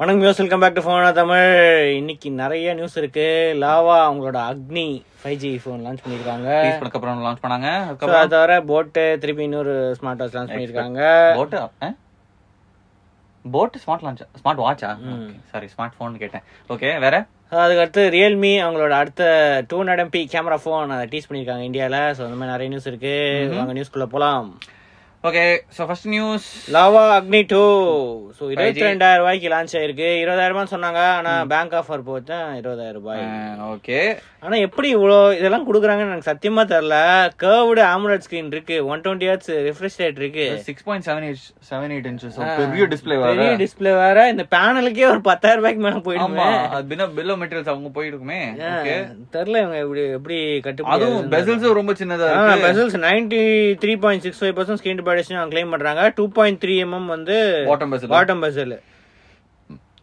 வணக்கம் யோஸ் welcome back to ஃபோனா தமிழ் இன்னைக்கு நிறைய நியூஸ் இருக்கு லாவா அவங்களோட Agni five G phone launch பண்ணியிருக்காங்க ரிலீஸ் பண்ணக்கு அப்புறம் லான்ச் பண்ணாங்க So, அதுக்கப்புறம் அது தவிர போட்டு திருப்பி இன்னொரு ஸ்மார்ட் வாட்ச் லான்ச் பண்ணியிருக்காங்க boat boat smart launch smart வாட்சா சாரி ஸ்மார்ட் ஃபோன் கேட்டேன் ஓகே வேற So, அதுக்கடுத்து ரியல்மி அவங்களோட அடுத்த two hundred P camera phone அதை டீஸ் பண்ணியிருக்காங்க இந்தியாவில் ஸோ அந்த மாதிரி நிறைய நியூஸ் இருக்கு வாங்க நியூஸ்குள்ளே போகலாம் okay so first news lava Agni two so இருபத்தி ரெண்டாயிரம் ரூபாய்க்கு லான்ச் ஆயிருக்கு இருபதாயிரமான்னு சொன்னாங்க ஆனால் பேங்க் ஆஃபர் போச்சு இருபதாயிரம் ரூபாய் ஓகே ஆனா எப்படி இவ்வளோ இதெல்லாம் கொடுக்குறாங்கன்னு எனக்கு சத்தியமா தெரியல கேர்வ்டு ஆம்ரோட் ஸ்கிரீன் இருக்கு one twenty hertz refresh rate இருக்கு six point seven eight seven eight inches பெரிய டிஸ்பிளே வேற பெரிய டிஸ்பிளே வேற இந்த பேனலுக்கே ஒரு பத்தாயிரம் ரூபாய்க்கு மேல ஆமா போயிடுமே அது பின்ன பில்லோ மெட்டீரியல்ஸ் அவங்க போயிருக்குமே ஓகே தெரியல இவங்க எப்படி எப்படி அதுவும் கட்டுப்பாடு பெசல்ஸும் ரொம்ப சின்னதா இருக்கு bezels ninety three point six five percent screen அவங்க கிளைம் பண்றாங்க டூ பாயிண்ட் த்ரீ எம்எம் வந்து bottom bezel bottom bezel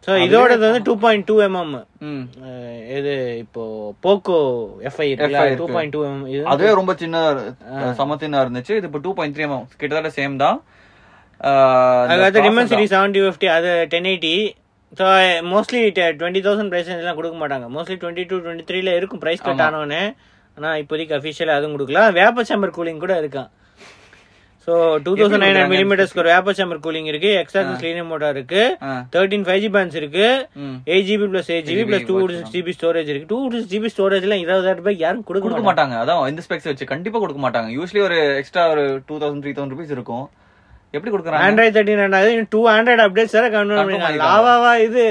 so இதோட இது வந்து டூ பாயிண்ட் டூ எம்எம் ம் இது இப்போ போக்கோ எஃப்ஐ இருக்குல்ல FI டூ இருக்கு. பாயிண்ட் டூ எம்எம் இது அதுவே ரொம்ப சின்னதா இரு- சமத்தினா இருந்துச்சு இது இப்போ டூ பாயிண்ட் த்ரீ எம்எம் கிட்டத்தட்ட சேம் தான் ஆஹ், இந்த அதுக்கடுத்து processor- Dimensity seventy fifty அது ten eighty so mostly twenty thousand price எல்லாம் கொடுக்க மாட்டாங்க மோஸ்ட்லி டுவெண்ட்டி டூ டுவெண்ட்டி த்ரீல இருக்கும் ப்ரைஸ் கட் ஆனவனே ஆனால் இப்போதைக்கு அஃபிஷியலாக அதுவும் கொடுக்கல வேப்பர் சேம்பர் கூலிங் கூட இருக்கான் so two thousand nine hundred மில்லிமீட்டர்ஸ்க்கு ஒரு வேப்பர் சேம்பர் கூலிங் இருக்கு எக்ஸ்ட்ரா ஸ்லீனியம் மோட்டா இருக்கு ஆ. தேர்ட்டின் ஃபைவ் ஜி பேன்ஸ் இருக்கு ம். Eight GB plus eight GB plus two six GB storage இருக்கு டூ சிக்ஸ் ஜிபி ஸ்டோரேஜ்லாம் இருபதாயிரம் ரூபாய் யாரும் கொடுக்க கொடுக்க மாட்டாங்க அதான் இந்த ஸ்பெக்ஸ் வச்சு கண்டிப்பா கொடுக்க மாட்டாங்க யூஸ்வலி ஒரு எக்ஸ்ட்ரா ஒரு two thousand three thousand rupees இருக்கும் எப்படி கொடுக்குறாங்க ஆண்ட்ராய்ட் தேர்ட்டின் ரெண்டாவது டூ ஆண்ட்ராய்ட் அப்டேட்ஸ் வேற கன்ஃபார்ம் பண்ணிருக்காங்க லாவாவா இது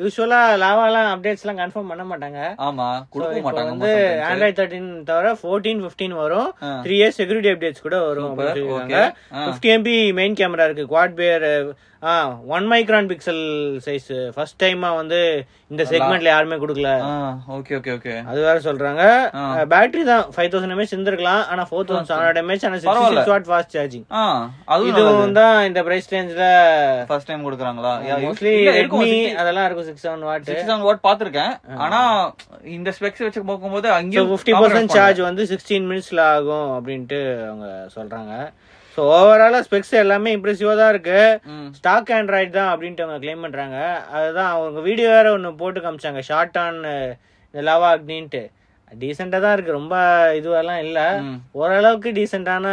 யூஸ்வலா லாவாலாம் அப்டேட்ஸ் எல்லாம் கன்ஃபார்ம் பண்ண மாட்டாங்க ஆமா கொடுக்க இப்போ மாட்டாங்க வந்து ஆண்ட்ராய்ட் தேர்ட்டின் தவிர ஃபோர்டீன் ஃபிஃப்டீன் வரும் ஆ. த்ரீ இயர்ஸ் செக்யூரிட்டி அப்டேட்ஸ் கூட வரும் அப்படின்னு சொல்லியிருக்காங்க ஆ. ஃபிஃப்டி எம்பி மெயின் கேமரா இருக்கு குவாட் பேர் one micron pixel size first டைமா வந்து இந்த செக்மெண்ட்ல யாருமே கொடுக்கல ஓகே ஓகே ஓகே அது வேற சொல்றாங்க பேட்டரி தான் ஃபைவ் தௌசண்ட் எம்ஏஹெச் இருந்திருக்கலாம் ஆனா four thousand seven hundred mAh ஆனால் sixty six watt fast charging ஆ அதுவும் இதுவும் தான் இந்த பிரைஸ் ரேஞ்சில் ஃபர்ஸ்ட் டைம் கொடுக்குறாங்களா மோஸ்ட்லி ரெட்மி அதெல்லாம் இருக்கும் six seven watt six seven watt பாத்திருக்கேன் ஆனா இந்த ஸ்பெக்ஸ் வச்சு பார்க்கும்போது அங்கேயும் ஃபிஃப்டி பர்சன்ட் சார்ஜ் வந்து சிக்ஸ்டீன் மினிட்ஸ்ல ஆகும் அப்படின்ட்டு அவங்க சொல்றாங்க ஸோ ஓவராலா ஸ்பெக்ஸ் எல்லாமே இம்ப்ரெசிவா தான் இருக்கு ம். ஸ்டாக் ஆண்ட்ராய்டு தான் அப்படின்ட்டு அவங்க கிளைம் பண்றாங்க அதுதான் அவங்க வீடியோ வேற ஒன்று போட்டு காமிச்சாங்க ஷார்ட் ஆன் லவா அக்னின்ட்டு டீசெண்டாக தான் இருக்கு ரொம்ப இதுவெல்லாம் இல்லை ம். ஓரளவுக்கு டீசெண்டான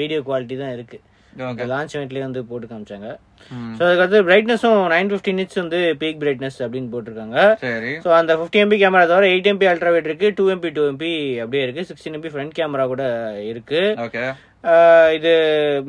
வீடியோ குவாலிட்டி தான் இருக்கு Okay. லான்ச் இவெண்ட்லேயே வந்து போட்டு காமிச்சாங்க ம். ஸோ அதுக்கடுத்து பிரைட்னஸும் நைன் ஃபிஃப்டி நிட்ஸ் வந்து பீக் பிரைட்னஸ் அப்படின்னு போட்டிருக்காங்க சரி ஸோ அந்த ஃபிஃப்டி எம்பி கேமரா தவிர எயிட் எம்பி அல்ட்ரா வைட் இருக்கு டூ எம்பி டூ எம்பி அப்படியே இருக்கு சிக்ஸ்டீன் எம்பி ஃப்ரண்ட் கேமரா கூட இருக்கு ஓகே அஹ் இது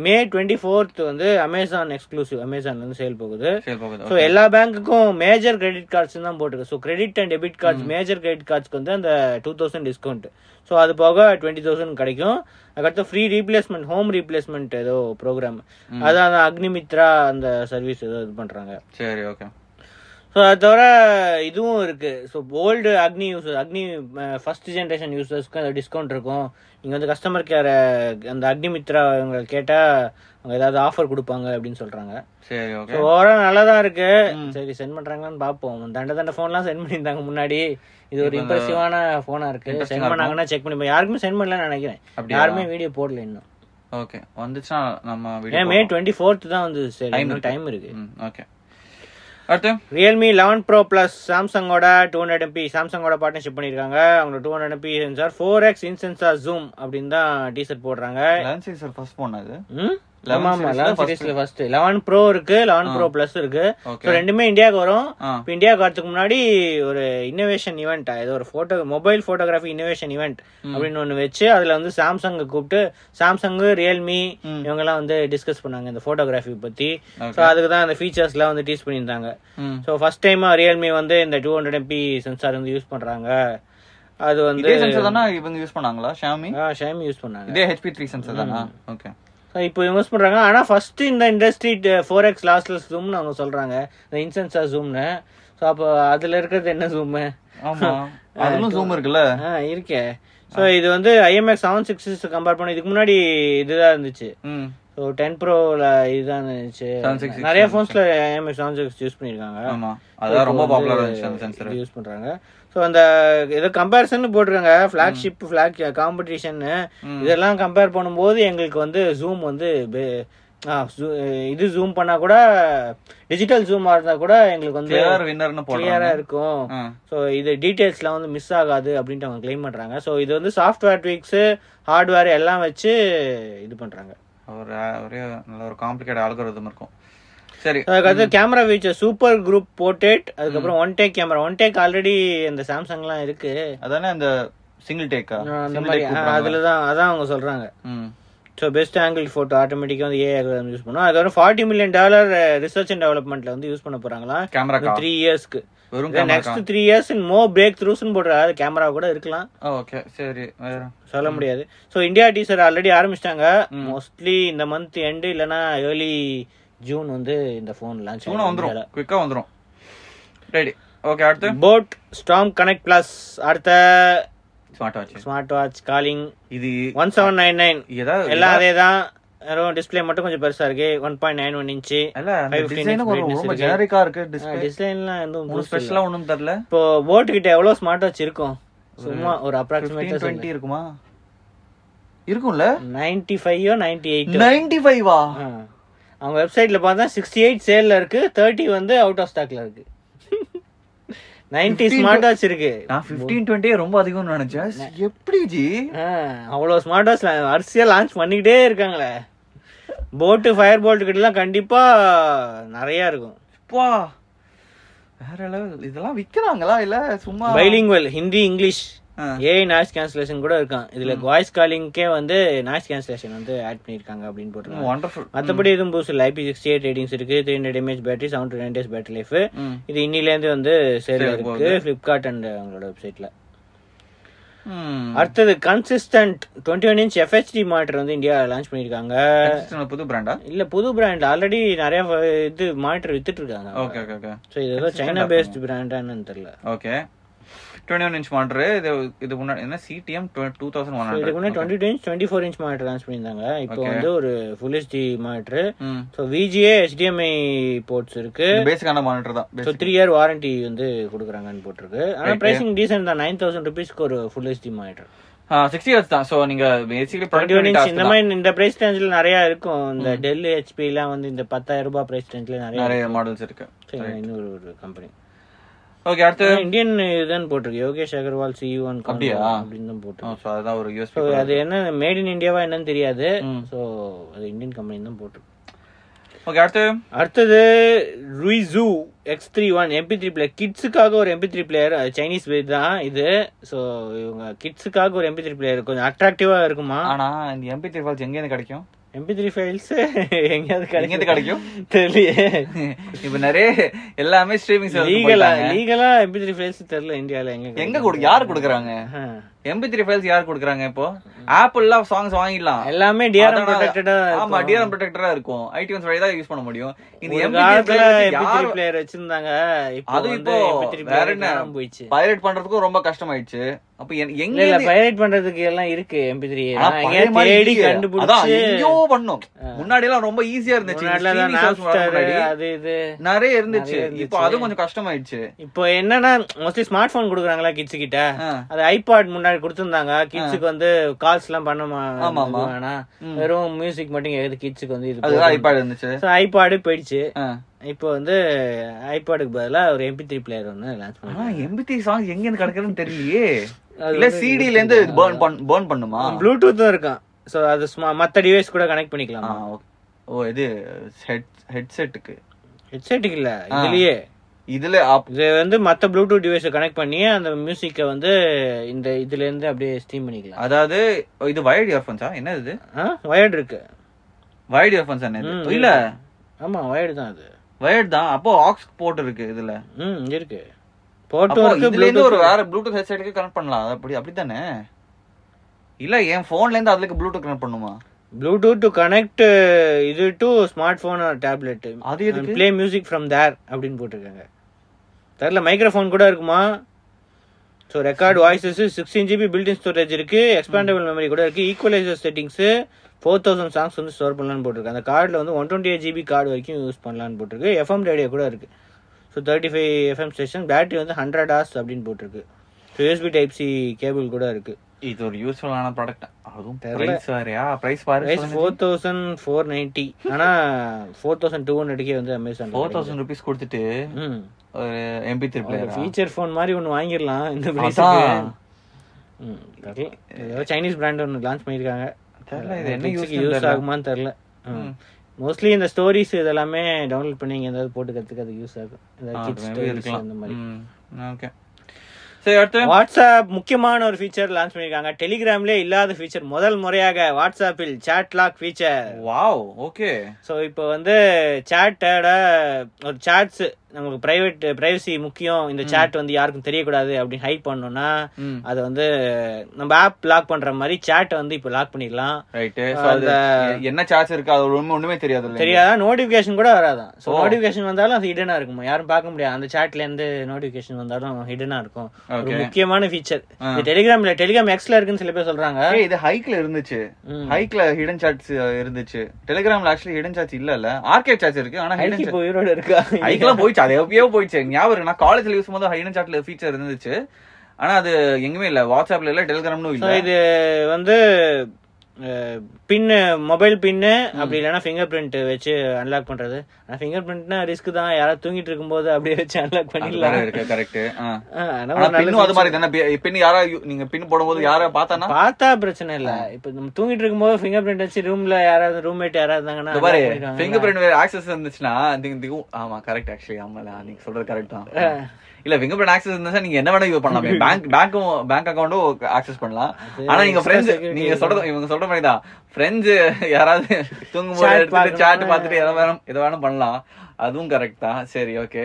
மே டுவெண்ட்டி ஃபோர்த் வந்து அமேசான் எக்ஸ்க்ளூசிவ் அமேசான்ல இருந்து சேல் போகுது சரி போகுது ஸோ எல்லா பேங்க்குக்கும் மேஜர் கிரெடிட் கார்ட்ஸ் தான் போட்டிருக்கு so credit and debit cards major credit கார்ட்ஸ்க்கு வந்து அந்த டூ தௌசண்ட் டிஸ்கவுண்ட் ஸோ அது போக டுவெண்ட்டி தௌசண்ட் கிடைக்கும் அதுக்கடுத்து ஃப்ரீ ரீப்ளேஸ்மெண்ட் ஹோம் ரீப்ளேஸ்மெண்ட் ஏதோ ப்ரோக்ராம் அதான் அந்த அக்னிமித்ரா அந்த சர்வீஸ் ஏதோ இது பண்றாங்க சரி ஓகே ஸோ அது தவிர இதுவும் இருக்கு so old Agni user Agni first generation யூசர்ஸ்க்கு அந்த டிஸ்கவுண்ட் இருக்கும் நீங்கள் வந்து கஸ்டமர் கேர் அந்த அக்னி மித்ரா இவங்க கேட்டால் அவங்க ஏதாவது ஆஃபர் கொடுப்பாங்க அப்படின்னு சொல்கிறாங்க சரி ஓகே ஸோ ஓவரால் நல்லா தான் இருக்கு சரி சென்ட் பண்ணுறாங்களான்னு பார்ப்போம் தண்ட தண்ட ஃபோன்லாம் சென்ட் பண்ணியிருந்தாங்க முன்னாடி இது ஒரு இம்ப்ரெசிவான ஃபோனாக இருக்கு சென்ட் பண்ணாங்கன்னா செக் பண்ணி யாருக்குமே சென்ட் பண்ணலன்னு நினைக்கிறேன் அப்படியா? யாருமே வீடியோ போடல இன்னும் ஓகே வந்துச்சுன்னா நம்ம ஏன் வீடியோ மே டுவெண்ட்டி ஃபோர்த் தான் வந்து சரி டைம் இருக்கு ஓகே அடுத்து ரியல்மி லெவன் ப்ரோ ப்ளஸ் சாம்சங்கோட டூ ஹண்ட்ரட் எம்பி சாம்சங்கோட பார்ட்னர்ஷிப் பண்ணியிருக்காங்க அவங்க two hundred MP sensor four X in sensor zoom அப்படின்னு தான் டீசர்ட் போடுறாங்க லெவன் சீசர் ஃபர்ஸ்ட் போனது ம்? 11 ஆமா ஆமா series லெவன் தான் சீரீஸ்ல ஃபர்ஸ்ட் லெவன் ப்ரோ இருக்கு லெவன் ப்ரோ ப்ளஸ் இருக்கு Okay. ஸோ ரெண்டுமே இந்தியாவுக்கு வரும் ஆ. இப்போ இந்தியாவுக்கு வரதுக்கு முன்னாடி ஒரு இன்னோவேஷன் இவெண்ட் ஏதோ ஒரு photo mobile photography innovation event அப்படின்னு ஒன்று வச்சு அதுல வந்து சாம்சங் கூப்பிட்டு சாம்சங் ரியல்மி இவங்கெல்லாம் வந்து டிஸ்கஸ் பண்ணாங்க இந்த போட்டோகிராஃபி பத்தி ஸோ அதுக்கு தான் அந்த ஃபீச்சர்ஸ்லாம் வந்து டீஸ் பண்ணியிருந்தாங்க ம். ஸோ ஃபர்ஸ்ட் டைமா ரியல்மி வந்து இந்த டூ ஹண்ட்ரட் எம்பி சென்சார் வந்து யூஸ் பண்றாங்க அது வந்து இதே சென்சர் தானா இவங்க யூஸ் பண்ணாங்களா ஷாமி ஷாமி யூஸ் பண்ணாங்க இதே ஹெச்பி த்ரீ சென்சர் தானா Mm. ஓகே ஸோ இப்போ யூஸ் பண்றாங்க ஆனா ஃபர்ஸ்ட் இந்த இண்டஸ்ட்ரி ஃபோர் எக்ஸ் லாஸ்ட்ல ஜூம்னு அவங்க சொல்றாங்க இந்த இன்சென்சார் ஜூம்னு ஸோ அப்போ அதுல இருக்கிறது என்ன ஜூம் ஆமா அதுவும் ஜூம் இருக்குல்ல ஆ இருக்கே ஸோ இது வந்து ஐஎம்எக்ஸ் செவன் சிக்ஸ் கம்பேர் பண்ண இதுக்கு முன்னாடி இதுதான் இருந்துச்சு ம் ஸோ டென் ப்ரோல இதுதான் இருந்துச்சு 766 நிறைய ஃபோன்ஸ்ல ஐஎம்எக்ஸ் செவன் சிக்ஸ் யூஸ் பண்ணியிருக்காங்க ஆமா அதான் ரொம்ப பாப்புலர் இருந்துச்சு அந்த சென்சர் யூஸ் பண்றாங்க ஸோ அந்த ஏதோ கம்பேரிசன் போட்டிருக்காங்க ஃபிளாக்ஷிப் ஃபிளாக் காம்படிஷன் இதெல்லாம் கம்பேர் பண்ணும்போது எங்களுக்கு வந்து ஜூம் வந்து ஆ, zo- இது ஜூம் பண்ணா கூட டிஜிட்டல் ஜூமா இருந்தா கூட எங்களுக்கு வந்து கிளியர் வின்னர்னு கிளியரா போடுறாங்க இருக்கும் ஆ. ஸோ இது டீட்டெயில்ஸ்லாம் வந்து மிஸ் ஆகாது அப்படின்ட்டு அவங்க க்ளைம் பண்றாங்க ஸோ இது வந்து சாஃப்ட்வேர் ட்விக்ஸ் ஹார்ட்வேர் எல்லாம் வச்சு இது பண்றாங்க ஒரு அ- ஒரே நல்ல ஒரு காம்ப்ளிகேட் அல்கோரிதம் இருக்கும் சரி அதுக்கடுத்து camera feature super group portrait அதுக்கப்புறம் one take camera one take already இந்த சாம்சங்லாம் இருக்கு அதானே அந்த சிங்கிள் டேக்கா ஆ, அந்த மாதிரி ஆ, அதுலதான் அதான் அவங்க சொல்றாங்க ம் ஸோ பெஸ்ட் ஆங்கிள் ஃபோட்டோ ஆட்டோமேட்டிக்காக வந்து ஏஐ யூஸ் பண்ணுவோம் அதோட forty million dollar research and டெவலப்மெண்ட்ல வந்து யூஸ் பண்ண போறாங்களாம் கேமரா கா த்ரீ இயர்ஸ்க்கு வெறும் கேமரா கா நெக்ஸ்ட் த்ரீ இயர்ஸ் மோ பிரேக் த்ரூஸ்னு போடுற அது கேமரா கூட இருக்கலாம் ஓகே Oh, சரி வேற சொல்ல முடியாது ஸோ இந்தியா டீசர் ஆல்ரெடி ஆரம்பிச்சிட்டாங்க மோஸ்ட்லி இந்த மந்த் எண்டு இல்லனா ஏர்லி ஜூன் வந்து இந்த ஃபோன் லான்ச் சூனா வந்துரும் குயிக்கா வந்துரும் ரெடி ஓகே அடுத்து போட் ஸ்டாம் கனெக்ட் பிளஸ் அடுத்த smart watch smart watch calling இது ஒன் செவன் நைன் நைன் ஏதாவது எல்லாம் அதே தான் வெறும் டிஸ்பிளே மட்டும் கொஞ்சம் பெருசா இருக்கு one point nine one inch இல்ல அந்த 515 டிசைனும் brightness ரொம்ப இருக்கு. ஜெனரிக்கா இருக்கு டிஸ்பிளே டிசைன்லாம் எதுவும் ஒன்றும் புதுசு இல்ல. ஸ்பெஷலா ஒண்ணும் தெரியல இப்போ போட் கிட்ட எவ்வளவு ஸ்மார்ட் வாட்ச் இருக்கும் சும்மா ஒரு ஃபிஃப்டீன் அப்ராக்சிமேட்டா டுவெண்ட்டி இருக்குமா இருக்கும்ல நைன்டி ஃபைவோ நைன்டி எயிட் நைன்டி ஃபைவா அவங்க வெப்சைட்ல பார்த்தா சிக்ஸ்டி எயிட் சேல்ல இருக்கு தேர்ட்டி வந்து அவுட் ஆஃப் ஸ்டாக்ல இருக்கு நைன்டி ஸ்மார்ட் வாட்ச் இருக்கு நான் ஃபிஃப்டீன் டுவெண்ட்டியே ரொம்ப அதிகம்னு நினைச்சேன் எப்படி ஜி ஆ, அவ்வளவு ஸ்மார்ட் வாட்ச் வரிசையா லான்ச் பண்ணிக்கிட்டே இருக்காங்களே போட்டு ஃபயர் போல்ட் கிட்டலாம் கண்டிப்பா நிறைய இருக்கும் அப்பா வேற லெவல் இதெல்லாம் விக்கிறாங்களா இல்ல சும்மா பைலிங்குவல் ஹிந்தி இங்கிலீஷ் ஆ. ஏஐ நாய்ஸ் கேன்சலேஷன் கூட இருக்கான் இதுல வாய்ஸ் காலிங்க்கே வந்து நாய்ஸ் கேன்சலேஷன் வந்து ஆட் பண்ணிருக்காங்க அப்படின்னு போட்டுருக்காங்க வண்டர்ஃபுல் மற்றபடி எதுவும் புதுசு இல்லை ஐபி சிக்ஸ்டி எயிட் ரேட்டிங்ஸ் இருக்கு three hundred mAh battery seven to nine days battery life ம் இது இன்னிலேருந்து வந்து சேல் Sale இருக்கு போகுது. ஃப்ளிப்கார்ட் அண்ட் அவங்களோட வெப்சைட்ல ம் அடுத்தது consistent twenty one inch FHD monitor வந்து இந்தியா லான்ச் பண்ணிருக்காங்க Consistent புது பிராண்டா இல்ல புது பிராண்ட் ஆல்ரெடி நிறைய ஃப- இது மானிட்டர் வித்துட்டு இருக்காங்க ஓகே ஓகே ஓகே ஸோ இது ஏதோ சைனா பேஸ்ட் பிராண்டான்னு தெரியல okay twenty one inch monitor இது இது முன்னாடி என்ன சிடிஎம் டூ தௌசண்ட் ஒன் இதுக்கு முன்னாடி hundred twenty two inch twenty four inch monitor launch பண்ணியிருந்தாங்க இப்போ Okay. வந்து ஒரு ஃபுல் ஹெச்டி மானிட்டர் ம் ஸோ விஜிஏ HDMI போர்ட்ஸ் இருக்கு பேசிக்கான மானிட்டர் தான் so basic. Three year warranty வந்து கொடுக்குறாங்கன்னு போட்டிருக்கு ஆனால் Right. ப்ரைசிங் டீசென்ட் தான் நைன் தௌசண்ட் ருபீஸ்க்கு ஒரு ஃபுல் ஹெச்டி மானிட்டர் ஆ சிக்ஸ்டி இயர்ஸ் தான் ஸோ நீங்க basically twenty one productivity inch இந்த மாதிரி இந்த ப்ரைஸ் ரேஞ்சில் நிறையா இருக்கும் இந்த டெல் ஹெச்பிலாம் வந்து இந்த பத்தாயிரம் ரூபாய் ப்ரைஸ் ரேஞ்சில் நிறைய நிறைய மாடல்ஸ் இருக்கு சரி, இன்னொரு ஒரு கம்பெனி ஓகே அடுத்து இந்தியன் இதுன்னு போட்டிருக்கு யோகேஷ் அகர்வால் சிஇஓ அப்படின்னு அப்படியா? தான் ஆ, போட்டிருக்கு so அதுதான் ஒரு யூஎஸ்பி ஸோ அது என்ன மேட் இன் இந்தியாவா என்னன்னு தெரியாது ம். ஸோ அது இந்தியன் கம்பெனி தான் போட்டிருக்கு ஓகே அடுத்து அடுத்தது Ruizu X three one MP three player கிட்ஸுக்காக ஒரு எம்பி த்ரீ பிளேயர் சைனீஸ் பேர் தான் இது ஸோ இவங்க கிட்ஸுக்காக ஒரு எம்பி த்ரீ பிளேயர் கொஞ்சம் அட்ராக்டிவாக இருக்குமா ஆனா இந்த எம்பி த்ரீ ஃபால்ஸ் எங்க இருந்து கிடைக்கும் எம்பி த்ரீ ஃபைல்ஸ் எங்கேயாவது எங்கேருந்து கிடைக்கும்? தெரியலையே இப்ப நிறைய எல்லாமே ஸ்ட்ரீமிங் லீகலா சர்வீஸ் லீகலா எம்பி த்ரீ ஃபைல்ஸ் தெரியல இந்தியாவில் எங்க எங்க கொடு யார் கொடுக்குறாங்க ஆ. எம்பி த்ரீ ஃபைல்ஸ் யார் கொடுக்குறாங்க இப்போ ஆப்பிள்லாம் சாங்ஸ் வாங்கிடலாம் எல்லாமே டிஆர்எம் அதனால- ப்ரொடெக்டடா ஆமா டிஆர்எம் ப்ரொடெக்டரா இருக்கும் ஐடிஎம்ஸ் வழி தான் யூஸ் பண்ண முடியும் இந்த ஒரு MP3 காலத்துல players MP3 யார் player வச்சிருந்தாங்க. இப்போ அது வந்து இப்போ MP3 வேற player என்ன? காணாம போயிடுச்சு. பைரேட் பண்றதுக்கும் ரொம்ப கஷ்டமாயிடுச்சு அப்ப எ- எங்க இல்ல, இல்ல, இருந்து- pirate பண்றதுக்கு எல்லாம் இருக்கு MP3. ஆனா நான் பழைய எங்கேயா மாதிரி தேடி இல்லையே. அதான் கண்டுபிடிச்சு, எங்கேயோ பண்ணோம் முன்னாடி எல்லாம் ரொம்ப ஈஸியா இருந்துச்சு இந்த முன்னாடில தான் streaming service Napster, வர்றதுக்கு முன்னாடி அது இது. நிறைய இருந்துச்சு நிறைய இப்போ அது கொஞ்சம் கஷ்டமாயிடுச்சு இப்போ என்னன்னா மோஸ்ட்லி ஸ்மார்ட் போன் கொடுக்குறாங்களா கிட்ஸ் கிட்ட ஆ. அது ஐபாட் முன்னாடி கொடுத்திருந்தாங்க கிட்ஸுக்கு வந்து கால்ஸ் எல்லாம் பண்ண மா- ஆமா, ஆமா. இது வேணாம் வெறும் மியூசிக் மட்டும் கேக்குது கிட்ஸுக்கு வந்து இது அதுதான் ஐபாட் இருந்துச்சு ஐபாடு போயிடுச்சு ஆ. இப்போ வந்து ஐபாடுக்கு பதிலா ஒரு எம்பி த்ரீ பிளேயர் ஒன்னு லான்ச் ஆனா பண்ணுவாங்க எம்பி சாங் எங்க இருந்து கிடைக்கிறதுன்னு தெரியலையே அது இல்ல வந்து சிடில இருந்து பேர்ன் பேர்ன் பண்ணுமா ப்ளூடூத்தும் இருக்கான் சோ அது சும்மா மத்த டிவைஸ் கூட கனெக்ட் பண்ணிக்கலாம் ஆ, ஓ- ஓ இது ஹெட் ஹெட்செட்டுக்கு ஹெட்செட்டுக்கு இல்ல இதுலயே இதுல அப்- இது வந்து மத்த ப்ளூடூத் டிவைஸ் கனெக்ட் பண்ணி அந்த மியூசிக்கை வந்து இந்த இதுல இருந்து அப்படியே ஸ்ட்ரீம் பண்ணிக்கலாம் அதாவது ஓ, இது வயர்ட் இயர்ஃபோன்ஸா என்ன இது வயர்டு இருக்கு வயர்ட் இயர்ஃபோன்ஸ் என்ன இது ம், ஓ, இல்ல ஆமா வயர்டு தான் அது வயர்ட் தான் அப்போ ஆக்ஸ் போர்ட் இருக்கு இதுல ம் இருக்கு அப்போ போட்டும் இருக்கு இதுல இருந்து ஒரு ப்ளூடூத் வேற ப்ளூடூத் ஹெட்செட்டுக்கு கனெக்ட் பண்ணலாம் அது அப்படி அப்படித்தானே இல்ல என் போன்ல இருந்து அதுக்கு ப்ளூடூத் கனெக்ட் பண்ணுமா ப்ளூடூத் டு கனெக்ட் uh, இது டு ஸ்மார்ட் போன் டேப்லெட் அது எதுக்கு? ப்ளே மியூசிக் ஃப்ரம் தேர் அப்படின்னு போட்டிருக்காங்க தெரியல மைக்ரோஃபோன் கூட இருக்குமா so record voices sixteen GB building storage இருக்கு எக்ஸ்பாண்டபிள் மெமரி கூட இருக்கு equaliser settings four thousand songs வந்து ஸ்டோர் பண்ணலான்னு போட்டிருக்கு அந்த கார்டில் வந்து one twenty eight GB card வரைக்கும் யூஸ் பண்ணலான்னு போட்டிருக்கு எஃப்எம் ரேடியோ கூட இருக்கு so thirty five FM station battery வந்து ஹண்ட்ரட் ஹார்ஸ் அப்படின்னு போட்டிருக்கு so USB type C cable கூட இருக்கு இது ஒரு யூஸ்ஃபுல்லான ப்ராடக்ட் அதுவும் தெரியல. பிரைஸ் வேறயா பிரைஸ் பாரு price four thousand four ninety ஆனால் ஃபோர் தௌசண்ட் டூ ஹண்ட்ரட்கே வந்து அமேசான் ஃபோர் தௌசண்ட் ருபீஸ் கொடுத்துட்டு ம் ஒரு MP three player feature phone மாதிரி ஒன்று வாங்கிடலாம் இந்த அதான். ப்ரைஸுக்கு ம் தெரியல ஏதோ சைனீஸ் பிராண்ட் ஒன்று லான்ச் பண்ணியிருக்காங்க தெரியல இது என்ன யூஸ் யூஸ் ஆகுமான்னு தெரில மோஸ்ட்லி இந்த ஸ்டோரிஸ் இதெல்லாமே டவுன்லோட் பண்ணி இங்கே ஏதாவது போட்டு கற்றுக்க அது யூஸ் ஆகும் ஏதாவது கிட்ஸ் ஸ்டோரிஸ் அந்த மாதிரி ஓகே சரி அடுத்து வாட்ஸ்அப் முக்கியமான ஒரு ஃபீச்சர் லான்ச் பண்ணியிருக்காங்க டெலிகிராம்லேயே இல்லாத ஃபீச்சர் முதல் முறையாக வாட்ஸ்அப்பில் chat lock feature wow okay so இப்போ வந்து சேட்டோட ஒரு சேட்ஸ் நமக்கு பிரைவேட் பிரைவசி முக்கியம் இந்த சேட் வந்து யாருக்கும் தெரியக்கூடாது அப்படின்னு ஹைட் பண்ணோம்னா ம் அது வந்து நம்ம ஆப் லாக் பண்ற மாதிரி சேட்டை வந்து இப்போ லாக் பண்ணிடலாம் ரைட் சோ அது என்ன சார்ஜ் இருக்கு அது ஒண்ணுமே ஒண்ணுமே தெரியாது இல்ல தெரியாதா நோட்டிஃபிகேஷன் கூட வராதான் ஸோ நோட்டிஃபிகேஷன் வந்தாலும் அது ஹிடனா இருக்குமா யாரும் பார்க்க முடியாது அந்த chatல இருந்து நோட்டிஃபிகேஷன் வந்தாலும் ஹிடனா இருக்கும் ஒரு Okay. முக்கியமான ஃபீச்சர் இந்த டெலிகிராம்ல டெலிகிராம் எக்ஸ்ல இருக்குன்னு சில பேர் சொல்றாங்க ஏய் இது ஹைக்ல இருந்துச்சு ம். ஹைக்ல ஹிடன் சார்ட்ஸ் இருந்துச்சு டெலிகிராம்ல ஆக்சுவலி ஹிடன் சார்ஜ் இல்ல இல்ல ஆர்கே சார்ஜ் இருக்கு ஆனா ஹிடன் ஐக்கி போய் ஈரோடு இருக்கா ஹைக்லாம் போயிடுச்சு அது எப்பயோ போயிடுச்சு எனக்கு ஞாபகம் இருக்கு. நான் காலேஜ்ல யூஸ் பண்ணும்போது ஹைடன் சார்ட்ல ஃபீச்சர் இருந்துச்சு ஆனா அது எங்குமே இல்ல வாட்ஸ்அப்ல இல்ல டெலிகிராம்னும் ஸோ இல்ல இது வந்து பின்னு மொபைல் பின்னு அப்படி இல்லைன்னா ஃபிங்கர் பிரிண்ட் வச்சு அன்லாக் பண்றது ஆனால் ஃபிங்கர் பிரிண்ட்னா ரிஸ்க் தான் யாராவது தூங்கிட்டு இருக்கும்போது அப்படியே வச்சு அன்லாக் பண்ணிடலாம் இருக்கு கரெக்ட் ஆ, ஆனா ஆனா ஒரு நல்ல பின்னும் அது மாதிரி தானே பி- பின் யாரா யூ- நீங்க பின் போடும்போது யாரா பார்த்தானா பார்த்தா பிரச்சனை இல்ல இப்ப நம்ம தூங்கிட்டு இருக்கும்போது ஃபிங்கர் பிரிண்ட் வச்சு ரூம்ல யாராவது ரூம்மேட் யாராவது இருந்தாங்கன்னா இந்த பாரு unlock பண்ணிடுவாங்க. ஃபிங்கர் பிரிண்ட் வேற ஆக்சஸ் இருந்துச்சுன்னா திங்க் திங்கும் ஆமா கரெக்ட் ஆக்சுவலி ஆமா நீங்க சொல்றது கரெக்ட் தான் இல்ல ஃபிங்கர் பிரிண்ட் ஆக்சஸ் இருந்துச்சுன்னா நீங்க என்ன வேணா யூஸ் பண்ணலாம் பேங்க் பேங்க்கும் பேங்க் அக்கௌண்ட்டும் ஆக்சஸ் பண்ணலாம் ஆனா நீங்க extra ஃப்ரெண்ட்ஸ் security நீங்க சொல்றது இவங்க சொல்ற மாதிரி தான் ஃப்ரெண்ட்ஸ் யாராவது தூங்கும் போது Chat எடுத்துட்டு பார்க்கணும். சாட் பார்த்துட்டு எதை வேணும் எதை வேணும் பண்ணலாம் அதுவும் கரெக்ட் தான் சரி ஓகே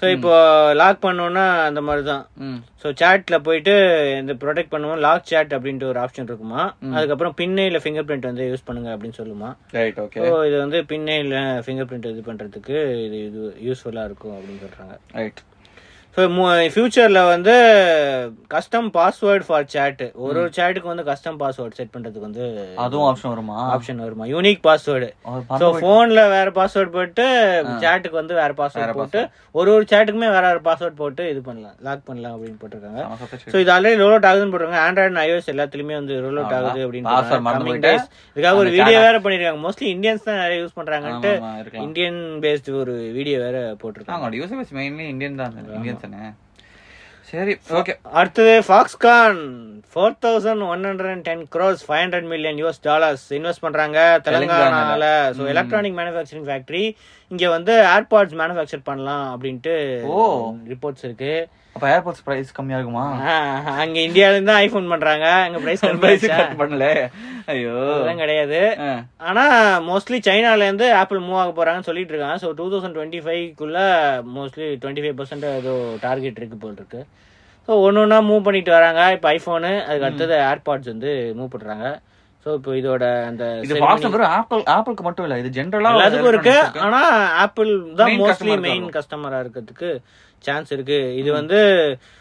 சோ இப்போ லாக் பண்ணோம்னா அந்த மாதிரி தான் ம் ஸோ சேட்ல போயிட்டு இந்த ப்ரொடெக்ட் பண்ணுவோம் லாக் சேட் அப்படின்ட்டு ஒரு ஆப்ஷன் இருக்குமா அதுக்கப்புறம் பின்னு இல்ல ஃபிங்கர் பிரிண்ட் வந்து யூஸ் பண்ணுங்க அப்படின்னு சொல்லுமா ரைட் ஓகே ஸோ இது வந்து பின்னே இல்ல ஃபிங்கர் பிரிண்ட் இது பண்றதுக்கு இது இது யூஸ்ஃபுல்லா இருக்கும் அப்படின்னு சொல்றாங்க ரைட் ஸோ ஃபியூச்சர்ல வந்து கஸ்டம் பாஸ்வேர்டு ஃபார் சேட் ஒரு ஒரு சேட்டுக்கு வந்து கஸ்டம் பாஸ்வேர்டு செட் பண்றதுக்கு வந்து அதுவும் ஆப்ஷன் வருமா ஆப்ஷன் வருமா யூனிக் பாஸ்வேர்டு அவர் ஸோ பார்த்து- ஃபோன்ல வேற பாஸ்வேர்ட் போட்டு சேட்டுக்கு வந்து வேற பாஸ்வேர்ட் போட்டு ஒரு ஒரு சேட்டுக்குமே வேற வேற பாஸ்வேர்ட் போட்டு இது பண்ணலாம் லாக் பண்ணலாம் அப்படின்னு போட்டிருக்காங்க ஆமா, சத்தம் ஸோ இது ஆல்ரெடி ரோல் அவுட் ஆகுதுன்னு போடுறாங்க ஆண்ட்ராய்ட் iOS எல்லாத்துலயுமே வந்து ரோல் அவுட் ஆகுது அப்படின்னு password போடுறாங்க. மறந்து Coming போயிட்டேன். days. இதுக்காக ஒரு வீடியோ வேற பண்ணிருக்காங்க மோஸ்ட்லி இந்தியன்ஸ் தான் நிறைய யூஸ் பண்றாங்கன்ட்டு ஆமா, ஆமா, இருக்கலாம். இந்தியன் பேஸ்டு ஒரு வீடியோ வேற போட்டிருக்காங்க அவங்களோட யூசர் பேஸ் மெயின்லி இந்தியன் தான் இந்தியன் தானே சரி ஓகே அடுத்தது Foxconn four thousand one hundred and ten crores five hundred million US dollars invest பண்றாங்க தெலுங்கானால ஸோ எலக்ட்ரானிக் மேனுஃபேக்சரிங் ஃபேக்டரி இங்க வந்து ஏர்பாட்ஸ் மேனுஃபேக்சர் பண்ணலாம் அப்படின்ட்டு ரிப்போர்ட்ஸ் இருக்கு அப்ப ஏர்போர்ட்ஸ் பிரைஸ் கம்மியா இருக்குமா ஆஹ், அங்க இந்தியால இருந்து ஐபோன் பண்றாங்க அங்க பிரைஸ் பிரைஸ் கம்மியாச்சா கட் பண்ணல ஐயோ அதெல்லாம் கிடையாது ஆ. ஆனா மோஸ்ட்லி சைனால இருந்து ஆப்பிள் மூவ் ஆக போறாங்கன்னு சொல்லிட்டு இருக்காங்க ஸோ டூ தௌசண்ட் டுவெண்ட்டி ஃபைவ்க்குள்ள மோஸ்ட்லி டுவெண்ட்டி ஃபைவ் பர்சன்ட் ஏதோ டார்கெட் இருக்கு போல் இருக்கு ஸோ ஒன்று ஒன்றா மூவ் பண்ணிட்டு வராங்க இப்போ ஐஃபோனு அதுக்கு அடுத்தது ஏர்பாட்ஸ் வந்து மூவ் பண்றாங்க ஸோ இப்போ இதோட அந்த இது ceremony- வாட்ஸ்அப் வெறும் ஆப்பிள் ஆப்பிளுக்கு மட்டும் இல்ல இது ஜென்ரலா எல்லாத்துக்கும் இருக்கு ஆனா ஆப்பிள் தான் Main மோஸ்ட்லி customer க்கு மெயின் கஸ்டமரா இருக்கிறதுக்கு சான்ஸ் இருக்கு இது வந்து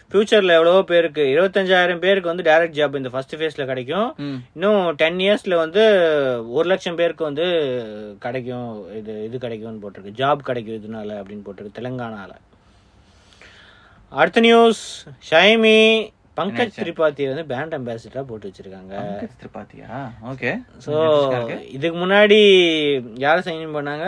ஃபியூச்சர்ல எவ்வளவோ பேருக்கு இருபத்தஞ்சாயிரம் பேருக்கு வந்து டைரக்ட் ஜாப் இந்த ஃபர்ஸ்ட் ஃபேஸ்ல கிடைக்கும் ம். இன்னும் டென் இயர்ஸ்ல வந்து ஒரு லட்சம் பேருக்கு வந்து கிடைக்கும் இது இது கிடைக்கும்னு போட்டிருக்கு ஜாப் கிடைக்கும் இதனால அப்படின்னு போட்டிருக்கு தெலுங்கானால அடுத்த நியூஸ் ஷைமி பங்கஜ் திரிபாதி வந்து பேண்ட் அம்பாசிடரா போட்டு வச்சிருக்காங்க பங்கஜ் திரிபாத்தியா ஓகே ஸோ இதுக்கு முன்னாடி யாரை சைன் பண்ணாங்க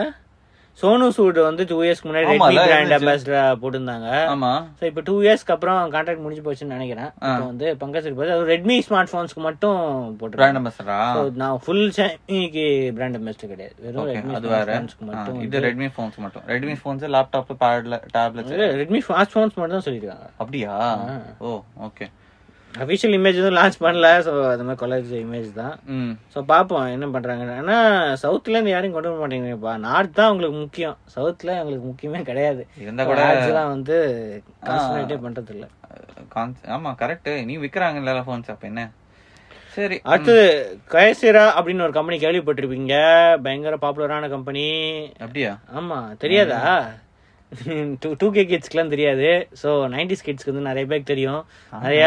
சோனு சூட் வந்து டூ இயர்ஸ்க்கு முன்னாடி ஆமா, ரெட்மி அதான் பிராண்ட் அம்பாசிடரா போட்டிருந்தாங்க ஆமா ஸோ இப்போ டூ இயர்ஸ்க்கு அப்புறம் கான்ட்ராக்ட் முடிஞ்சு போச்சுன்னு நினைக்கிறேன் இப்போ வந்து பங்கஜ் திரிபாதி அது ரெட்மி ஸ்மார்ட் ஃபோன்ஸ்க்கு மட்டும் போட்டிருக்காங்க பிராண்ட் அம்பாசடரா So, நான் ஃபுல் ஷாமிக்கு பிராண்ட் அம்பாசிடர் கிடையாது வெறும் ரெட்மி அது வேற ஸ்மார்ட் ஃபோன்ஸ்க்கு ஆ, மட்டும் இது ரெட்மி ஃபோன்ஸ் மட்டும் ரெட்மி ஃபோன்ஸ் லேப்டாப் பேட்ல டேப்லெட்ஸ் இல்ல, ரெட்மி ஸ்மார்ட் ஃபோன்ஸ் மட்டும் தான் சொல்லியிருக்காங்க அப்படியா ஓ ஓகே அஃபிஷியல் இமேஜ் எதுவும் லான்ச் பண்ணல ஸோ அது மாதிரி கொலாஜ் இமேஜ் தான் ம் ஸோ பார்ப்போம் என்ன பண்ணுறாங்கன்னு ஆனா சவுத்துல இருந்து யாரையும் கொண்டு வர மாட்டேங்கிறீங்கப்பா நார்த் தான் உங்களுக்கு முக்கியம் சவுத்தில் உங்களுக்கு முக்கியமே கிடையாது இருந்தா கூட ஆக்சுவலாக வந்து கான்சன்ட்ரேட்டே பண்றது இல்ல கான்ஸ்- ஆமா கரெக்ட் நீ விக்கிறாங்கல்ல ஃபோன்ஸ் அப்ப என்ன சரி அடுத்தது கயசிரா அப்படின்னு ஒரு கம்பெனி கேள்விப்பட்டிருப்பீங்க பயங்கர பாப்புலரான கம்பெனி அப்படியா ஆமா தெரியாதா டூ டூ கே கிட்ஸ்க்குலாம் தெரியாது ஸோ நைன்டிஸ் கிட்ஸ்க்கு வந்து நிறைய பேருக்கு தெரியும் நிறைய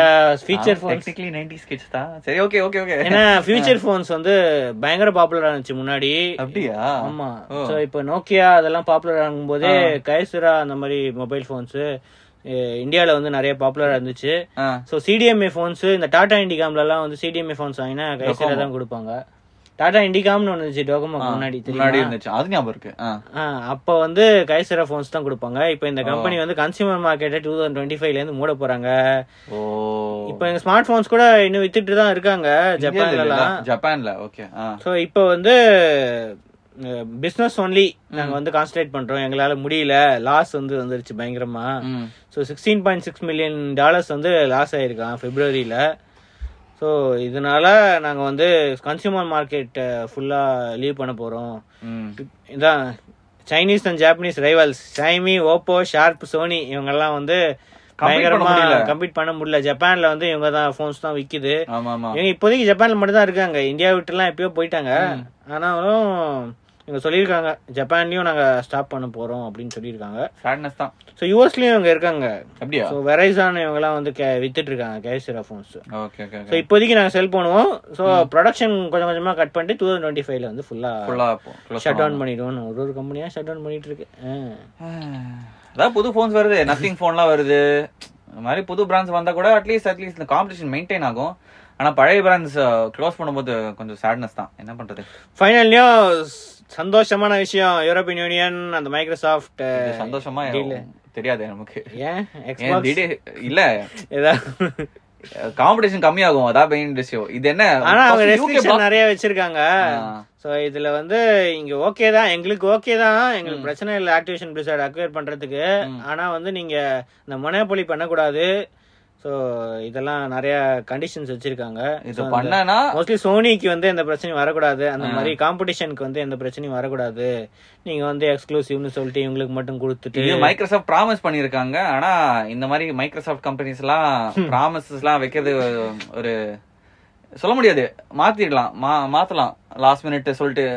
feature phones technically 90s kids தான் சரி ஓகே ஓகே ஓகே ஏன்னா ஃபியூச்சர் ஃபோன்ஸ் வந்து பயங்கர பாப்புலரா இருந்துச்சு முன்னாடி அப்படியா ஆமா சோ இப்போ நோக்கியா அதெல்லாம் பாப்புலர் ஆகும்போதே கைசுரா அந்த மாதிரி மொபைல் ஃபோன்ஸ் இந்தியாவில் வந்து நிறைய பாப்புலராக இருந்துச்சு ஆ, ஸோ சிடிஎம்ஏ ஃபோன்ஸு இந்த டாடா இண்டிகாம்லலாம் வந்து சிடிஎம்ஏ ஃபோன்ஸ் வாங்கினா கைசில தான் கொடுப்பாங்க டாடா இண்டிகாம்னு ஒன்று இருந்துச்சு டோகோமோக்கு முன்னாடி முன்னாடி தெரியும் இருந்துச்சு அது ஞாபகம் இருக்கு ஆ, அப்போ வந்து கைசரா ஃபோன்ஸ் தான் கொடுப்பாங்க இப்போ இந்த கம்பெனி வந்து கன்சியூமர் மார்க்கெட்டை டூ தௌசண்ட் டுவெண்ட்டி ஃபைவ்லேருந்து மூட போகிறாங்க ஓ இப்போ எங்கள் ஸ்மார்ட் ஃபோன்ஸ் கூட இன்னும் வித்துட்டு தான் இருக்காங்க ஜப்பான்லலாம் ஜப்பான்ல ஓகே ஆ ஸோ இப்போ வந்து பிஸ்னஸ் ஒன்லி நாங்கள் வந்து கான்சன்ட்ரேட் பண்ணுறோம் எங்களால் முடியல லாஸ் வந்து வந்துருச்சு பயங்கரமாக ம். So sixteen point six million dollars வந்து லாஸ் ஆயிருக்கான் ஃபெப்ரவரியில் ஸோ இதனால நாங்கள் வந்து கன்சியூமர் மார்க்கெட்டை ஃபுல்லாக லீவ் பண்ண போகிறோம் ம். இதான் Chinese and Japanese rivals Xiaomi Oppo Sharp Sony இவங்கெல்லாம் வந்து பண்ண பயங்கரமாக முடியல. கம்ப்ளீட் பண்ண முடியல ஜப்பானில் வந்து இவங்க தான் ஃபோன்ஸ் தான் விற்கிது ஆமா ஆமா இவங்க இப்போதைக்கு ஜப்பான்ல மட்டும் தான் இருக்காங்க இந்தியா விட்டுலாம் எப்பயோ போயிட்டாங்க ஆனாலும் இவங்க சொல்லியிருக்காங்க ஜப்பான்லயும் நாங்க ஸ்டாப் பண்ண போறோம் அப்படின்னு சொல்லியிருக்காங்க சேட்னஸ் தான் ஸோ யூஎஸ்லயும் இவங்க இருக்காங்க அப்படியா ஸோ வெரைசான் இவங்கலாம் வந்து கே வித்துட்டு இருக்காங்க கேசிரா ஃபோன்ஸ் ஓகே ஓகே ஸோ இப்போதைக்கு நாங்கள் செல் பண்ணுவோம் ஸோ ப்ரொடக்ஷன் கொஞ்சம் கொஞ்சமா கட் பண்ணிட்டு டூ தௌசண்ட் டுவெண்ட்டி ஃபைவ்ல வந்து ஃபுல்லா ஃபுல்லா இப்போ ஷட் டவுன் பண்ணிடுவோம் ஒரு ஒரு கம்பெனியா ஷட் டவுன் பண்ணிட்டு இருக்கு ஆ. அதான் புது ஃபோன்ஸ் வருது நத்திங் ஃபோன்லாம் வருது இந்த மாதிரி புது பிராண்ட்ஸ் வந்தா கூட அட்லீஸ்ட் அட்லீஸ்ட் இந்த காம்படிஷன் மெயின்டைன் ஆகும் ஆனா பழைய பிராண்ட்ஸ் க்ளோஸ் பண்ணும்போது கொஞ்சம் சேட்னஸ் தான் என்ன பண்றது Final லயும் சந்தோஷமான விஷயம் யூரோப்பியன் யூனியன் அந்த மைக்ரோசாஃப்ட் கொஞ்சம் சந்தோஷமா தெரியாது நமக்கு uh, ஏன் ஏன் எக்ஸ்பாக்ஸ் திடீர் இல்ல ஏதாவது காம்படிஷன் கம்மியாகும் அதான் மெயின் விஷயம் இது என்ன ஆனா அவங்க first UK block- ரெஸ்ட்ரிக்ஷன் நிறைய வச்சிருக்காங்க ஆ. சோ இதுல வந்து இங்க ஓகே தான் எங்களுக்கு ஓகே தான் எங்களுக்கு பிரச்சனை இல்லை ஆக்டிவேஷன் பிளிசார்ட் அக்வேர் பண்றதுக்கு ஆனா வந்து நீங்க இந்த மொனோபொலி பண்ணக்கூடாது சோ இதெல்லாம் நிறைய கண்டிஷன்ஸ் வச்சிருக்காங்க இது பண்ணனா மோஸ்ட்லி சோனிக்கு வந்து எந்த பிரச்சனையும் வரக்கூடாது அந்த மாதிரி காம்படிஷனுக்கு வந்து எந்த பிரச்சனையும் வரக்கூடாது நீங்க வந்து எக்ஸ்க்ளூசிவ்னு சொல்லிட்டு இவங்களுக்கு மட்டும் கொடுத்துட்டு இது மைக்ரோசாஃப்ட் ப்ராமிஸ் பண்ணிருக்காங்க ஆனா இந்த மாதிரி மைக்ரோசாஃப்ட் கம்பெனிஸ் எல்லாம் ப்ராமிசஸ் எல்லாம் வைக்கிறது ஒரு- ஒரு சொல்ல முடியாது மாத்திடலாம் மா மாத்தலாம் லாஸ்ட் மினிட் சொல்லிட்டு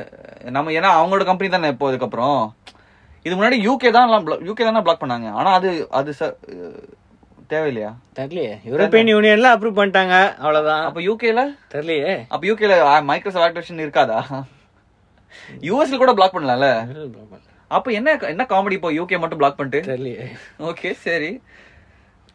நம்ம ஏன்னா அவங்களோட கம்பெனி தானே இப்போ இதுக்கப்புறம் இது முன்னாடி யூகே தான் யூகே தானே பிளாக் பண்ணாங்க ஆனா அது அது ச- தேவையில்லையா தெரியலையே யூரோப்பியன் யூனியன்ல அப்ரூவ் பண்ணிட்டாங்க அவ்வளவுதான் அப்ப யூகேல தெரியலையே அப்ப யூகேல மைக்ரோசாஃப்ட் ஆக்டிவேஷன் இருக்காதா யூஎஸ்ல கூட பிளாக் பண்ணலாம்ல அப்ப என்ன என்ன காமெடி இப்போ யூகே மட்டும் பிளாக் பண்ணிட்டு தெரியலையே ஓகே சரி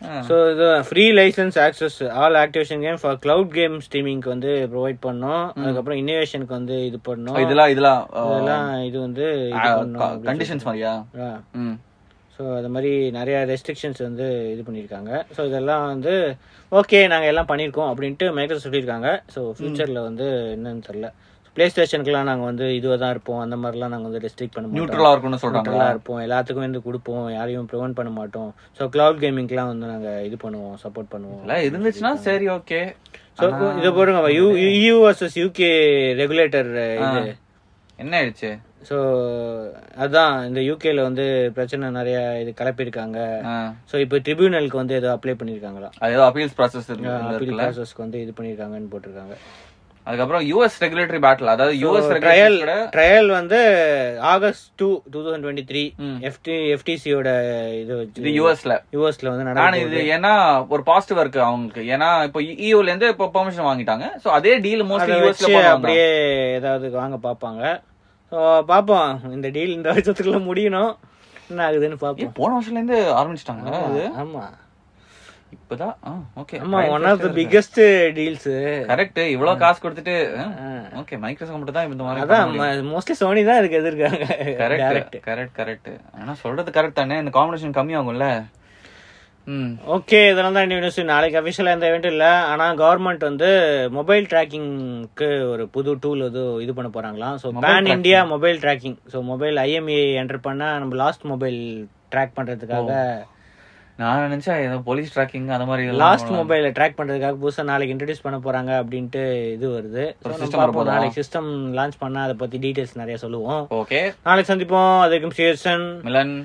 ஆ ஸோ இது free licence access all activation game for cloud game ஸ்ட்ரீமிங்க்கு வந்து ப்ரொவைட் பண்ணோம் அதுக்கப்புறம் இன்னோவேஷனுக்கு வந்து இது பண்ணோம் ஓ, இதெல்லாம் இதெல்லாம் இதெல்லாம் இது வந்து கண்டிஷன்ஸ் மாதிரியா ம் ஸோ அது மாதிரி நிறைய ரெஸ்ட்ரிக்ஷன்ஸ் வந்து இது பண்ணியிருக்காங்க ஸோ இதெல்லாம் வந்து ஓகே நாங்கள் எல்லாம் பண்ணியிருக்கோம் அப்படின்ட்டு மைக்ரோசாஃப்ட் சொல்லியிருக்காங்க ஸோ ஃபியூச்சரில் வந்து என்னன்னு தெரில ப்ளே ஸ்டேஷனுக்குலாம் நாங்கள் வந்து இதுவாக தான் இருப்போம் அந்த மாதிரிலாம் நாங்கள் வந்து ரெஸ்ட்ரிக்ட் பண்ண மாட்டோம் நியூட்ரலா இருக்கும்னு சொல்றாங்க நல்லா இருப்போம் எல்லாத்துக்கும் வந்து கொடுப்போம் யாரையும் ப்ரிவென்ட் பண்ண மாட்டோம் ஸோ கிளவுட் கேமிங்க்குலாம் வந்து நாங்கள் இது பண்ணுவோம் சப்போர்ட் பண்ணுவோம் இல்ல இருந்துச்சுன்னா சரி ஓகே ஸோ இதை E பாருங்க யூ வர்சஸ் யூகே ரெகுலேட்டர் இது என்ன ஆயிடுச்சு ஸோ அதான் இந்த யூகேல வந்து பிரச்சனை நிறைய இது கலப்பியிருக்காங்க ஆ, ஸோ இப்போ ட்ரிபியூனலுக்கு வந்து ஏதோ அப்ளை பண்ணியிருக்காங்களா அது ஏதோ அப்பீல்ஸ் ப்ராசஸ் அப்பீல் இருக்குல்ல ப்ராசஸ்க்கு வந்து இது பண்ணியிருக்காங்கன்னு போட்டிருக்காங்க அதுக்கப்புறம் யூஎஸ் ரெகுலேட்டரி பேட்டில் அதாவது யூஎஸ் ட்ரையல் ரெகுலேட்டரி கூட ட்ரையல் வந்து August two two thousand twenty three FT எஃப்டிசியோட இது இது வச்சு யூஎஸ்ல யூஎஸ்ல வந்து ஆனா நடக்கும் இது ஏன்னா ஒரு பாசிட்டிவ் இருக்கு அவங்களுக்கு ஏன்னா இப்போ இயூல இருந்து இப்போ பெர்மிஷன் வாங்கிட்டாங்க சோ அதே டீல் மோஸ்ட்லி அதை யூஎஸ்ல வச்சு பண்ணுவாங்க அப்படியே ஏதாவது வாங்க பார்ப்பாங்க ஸோ பார்ப்போம் இந்த டீல் இந்த வருஷத்துக்குள்ள முடியணும் என்ன ஆகுதுன்னு பார்ப்போம் போன வருஷத்துல இருந்து ஆரம்பிச்சிட்டாங்க அது ஆமா இப்பதான் ஓகே ஆமா one of the biggest deals correct இவ்வளவு காசு கொடுத்துட்டு ஓகே மைக்ரோசாஃப்ட் மட்டும் தான் இந்த மாதிரி அதான் மோஸ்ட்லி சோனி தான் இதுக்கு எதிர்க்காங்க கரெக்ட் டேரக்ட் கரெக்ட் கரெக்ட் ஆனா சொல்றது கரெக்ட் தானே இந்த காம்பினேஷன் கம்மியாகும்ல ம் ஓகே இதெல்லாம் தான் நியூஸ் நாளைக்கு அஃபிஷியலாக எந்த event இல்லை ஆனால் கவர்மெண்ட் வந்து மொபைல் ட்ராக்கிங்க்கு ஒரு புது டூல் இது இது பண்ண போகிறாங்களாம் so ban India mobile tracking so mobile IMEI enter பண்ணால் E நம்ம லாஸ்ட் மொபைல் ட்ராக் பண்ணுறதுக்காக நான் நினைச்சா ஏதோ போலீஸ் ட்ராக்கிங் அந்த மாதிரி இதெல்லாம் லாஸ்ட் மொபைலை ட்ராக் பண்றதுக்காக புதுசா நாளைக்கு இன்ட்ரடியூஸ் பண்ண போறாங்க அப்படின்ட்டு இது வருது So, நம்ம system பார்ப்போம். வரப்போதா? நாளைக்கு சிஸ்டம் லான்ச் பண்ணா அதை பத்தி டீடைல்ஸ் நிறைய சொல்லுவோம் ஓகே நாளைக்கு சந்திப்போம் அதுக்கு சேசன் மிலன்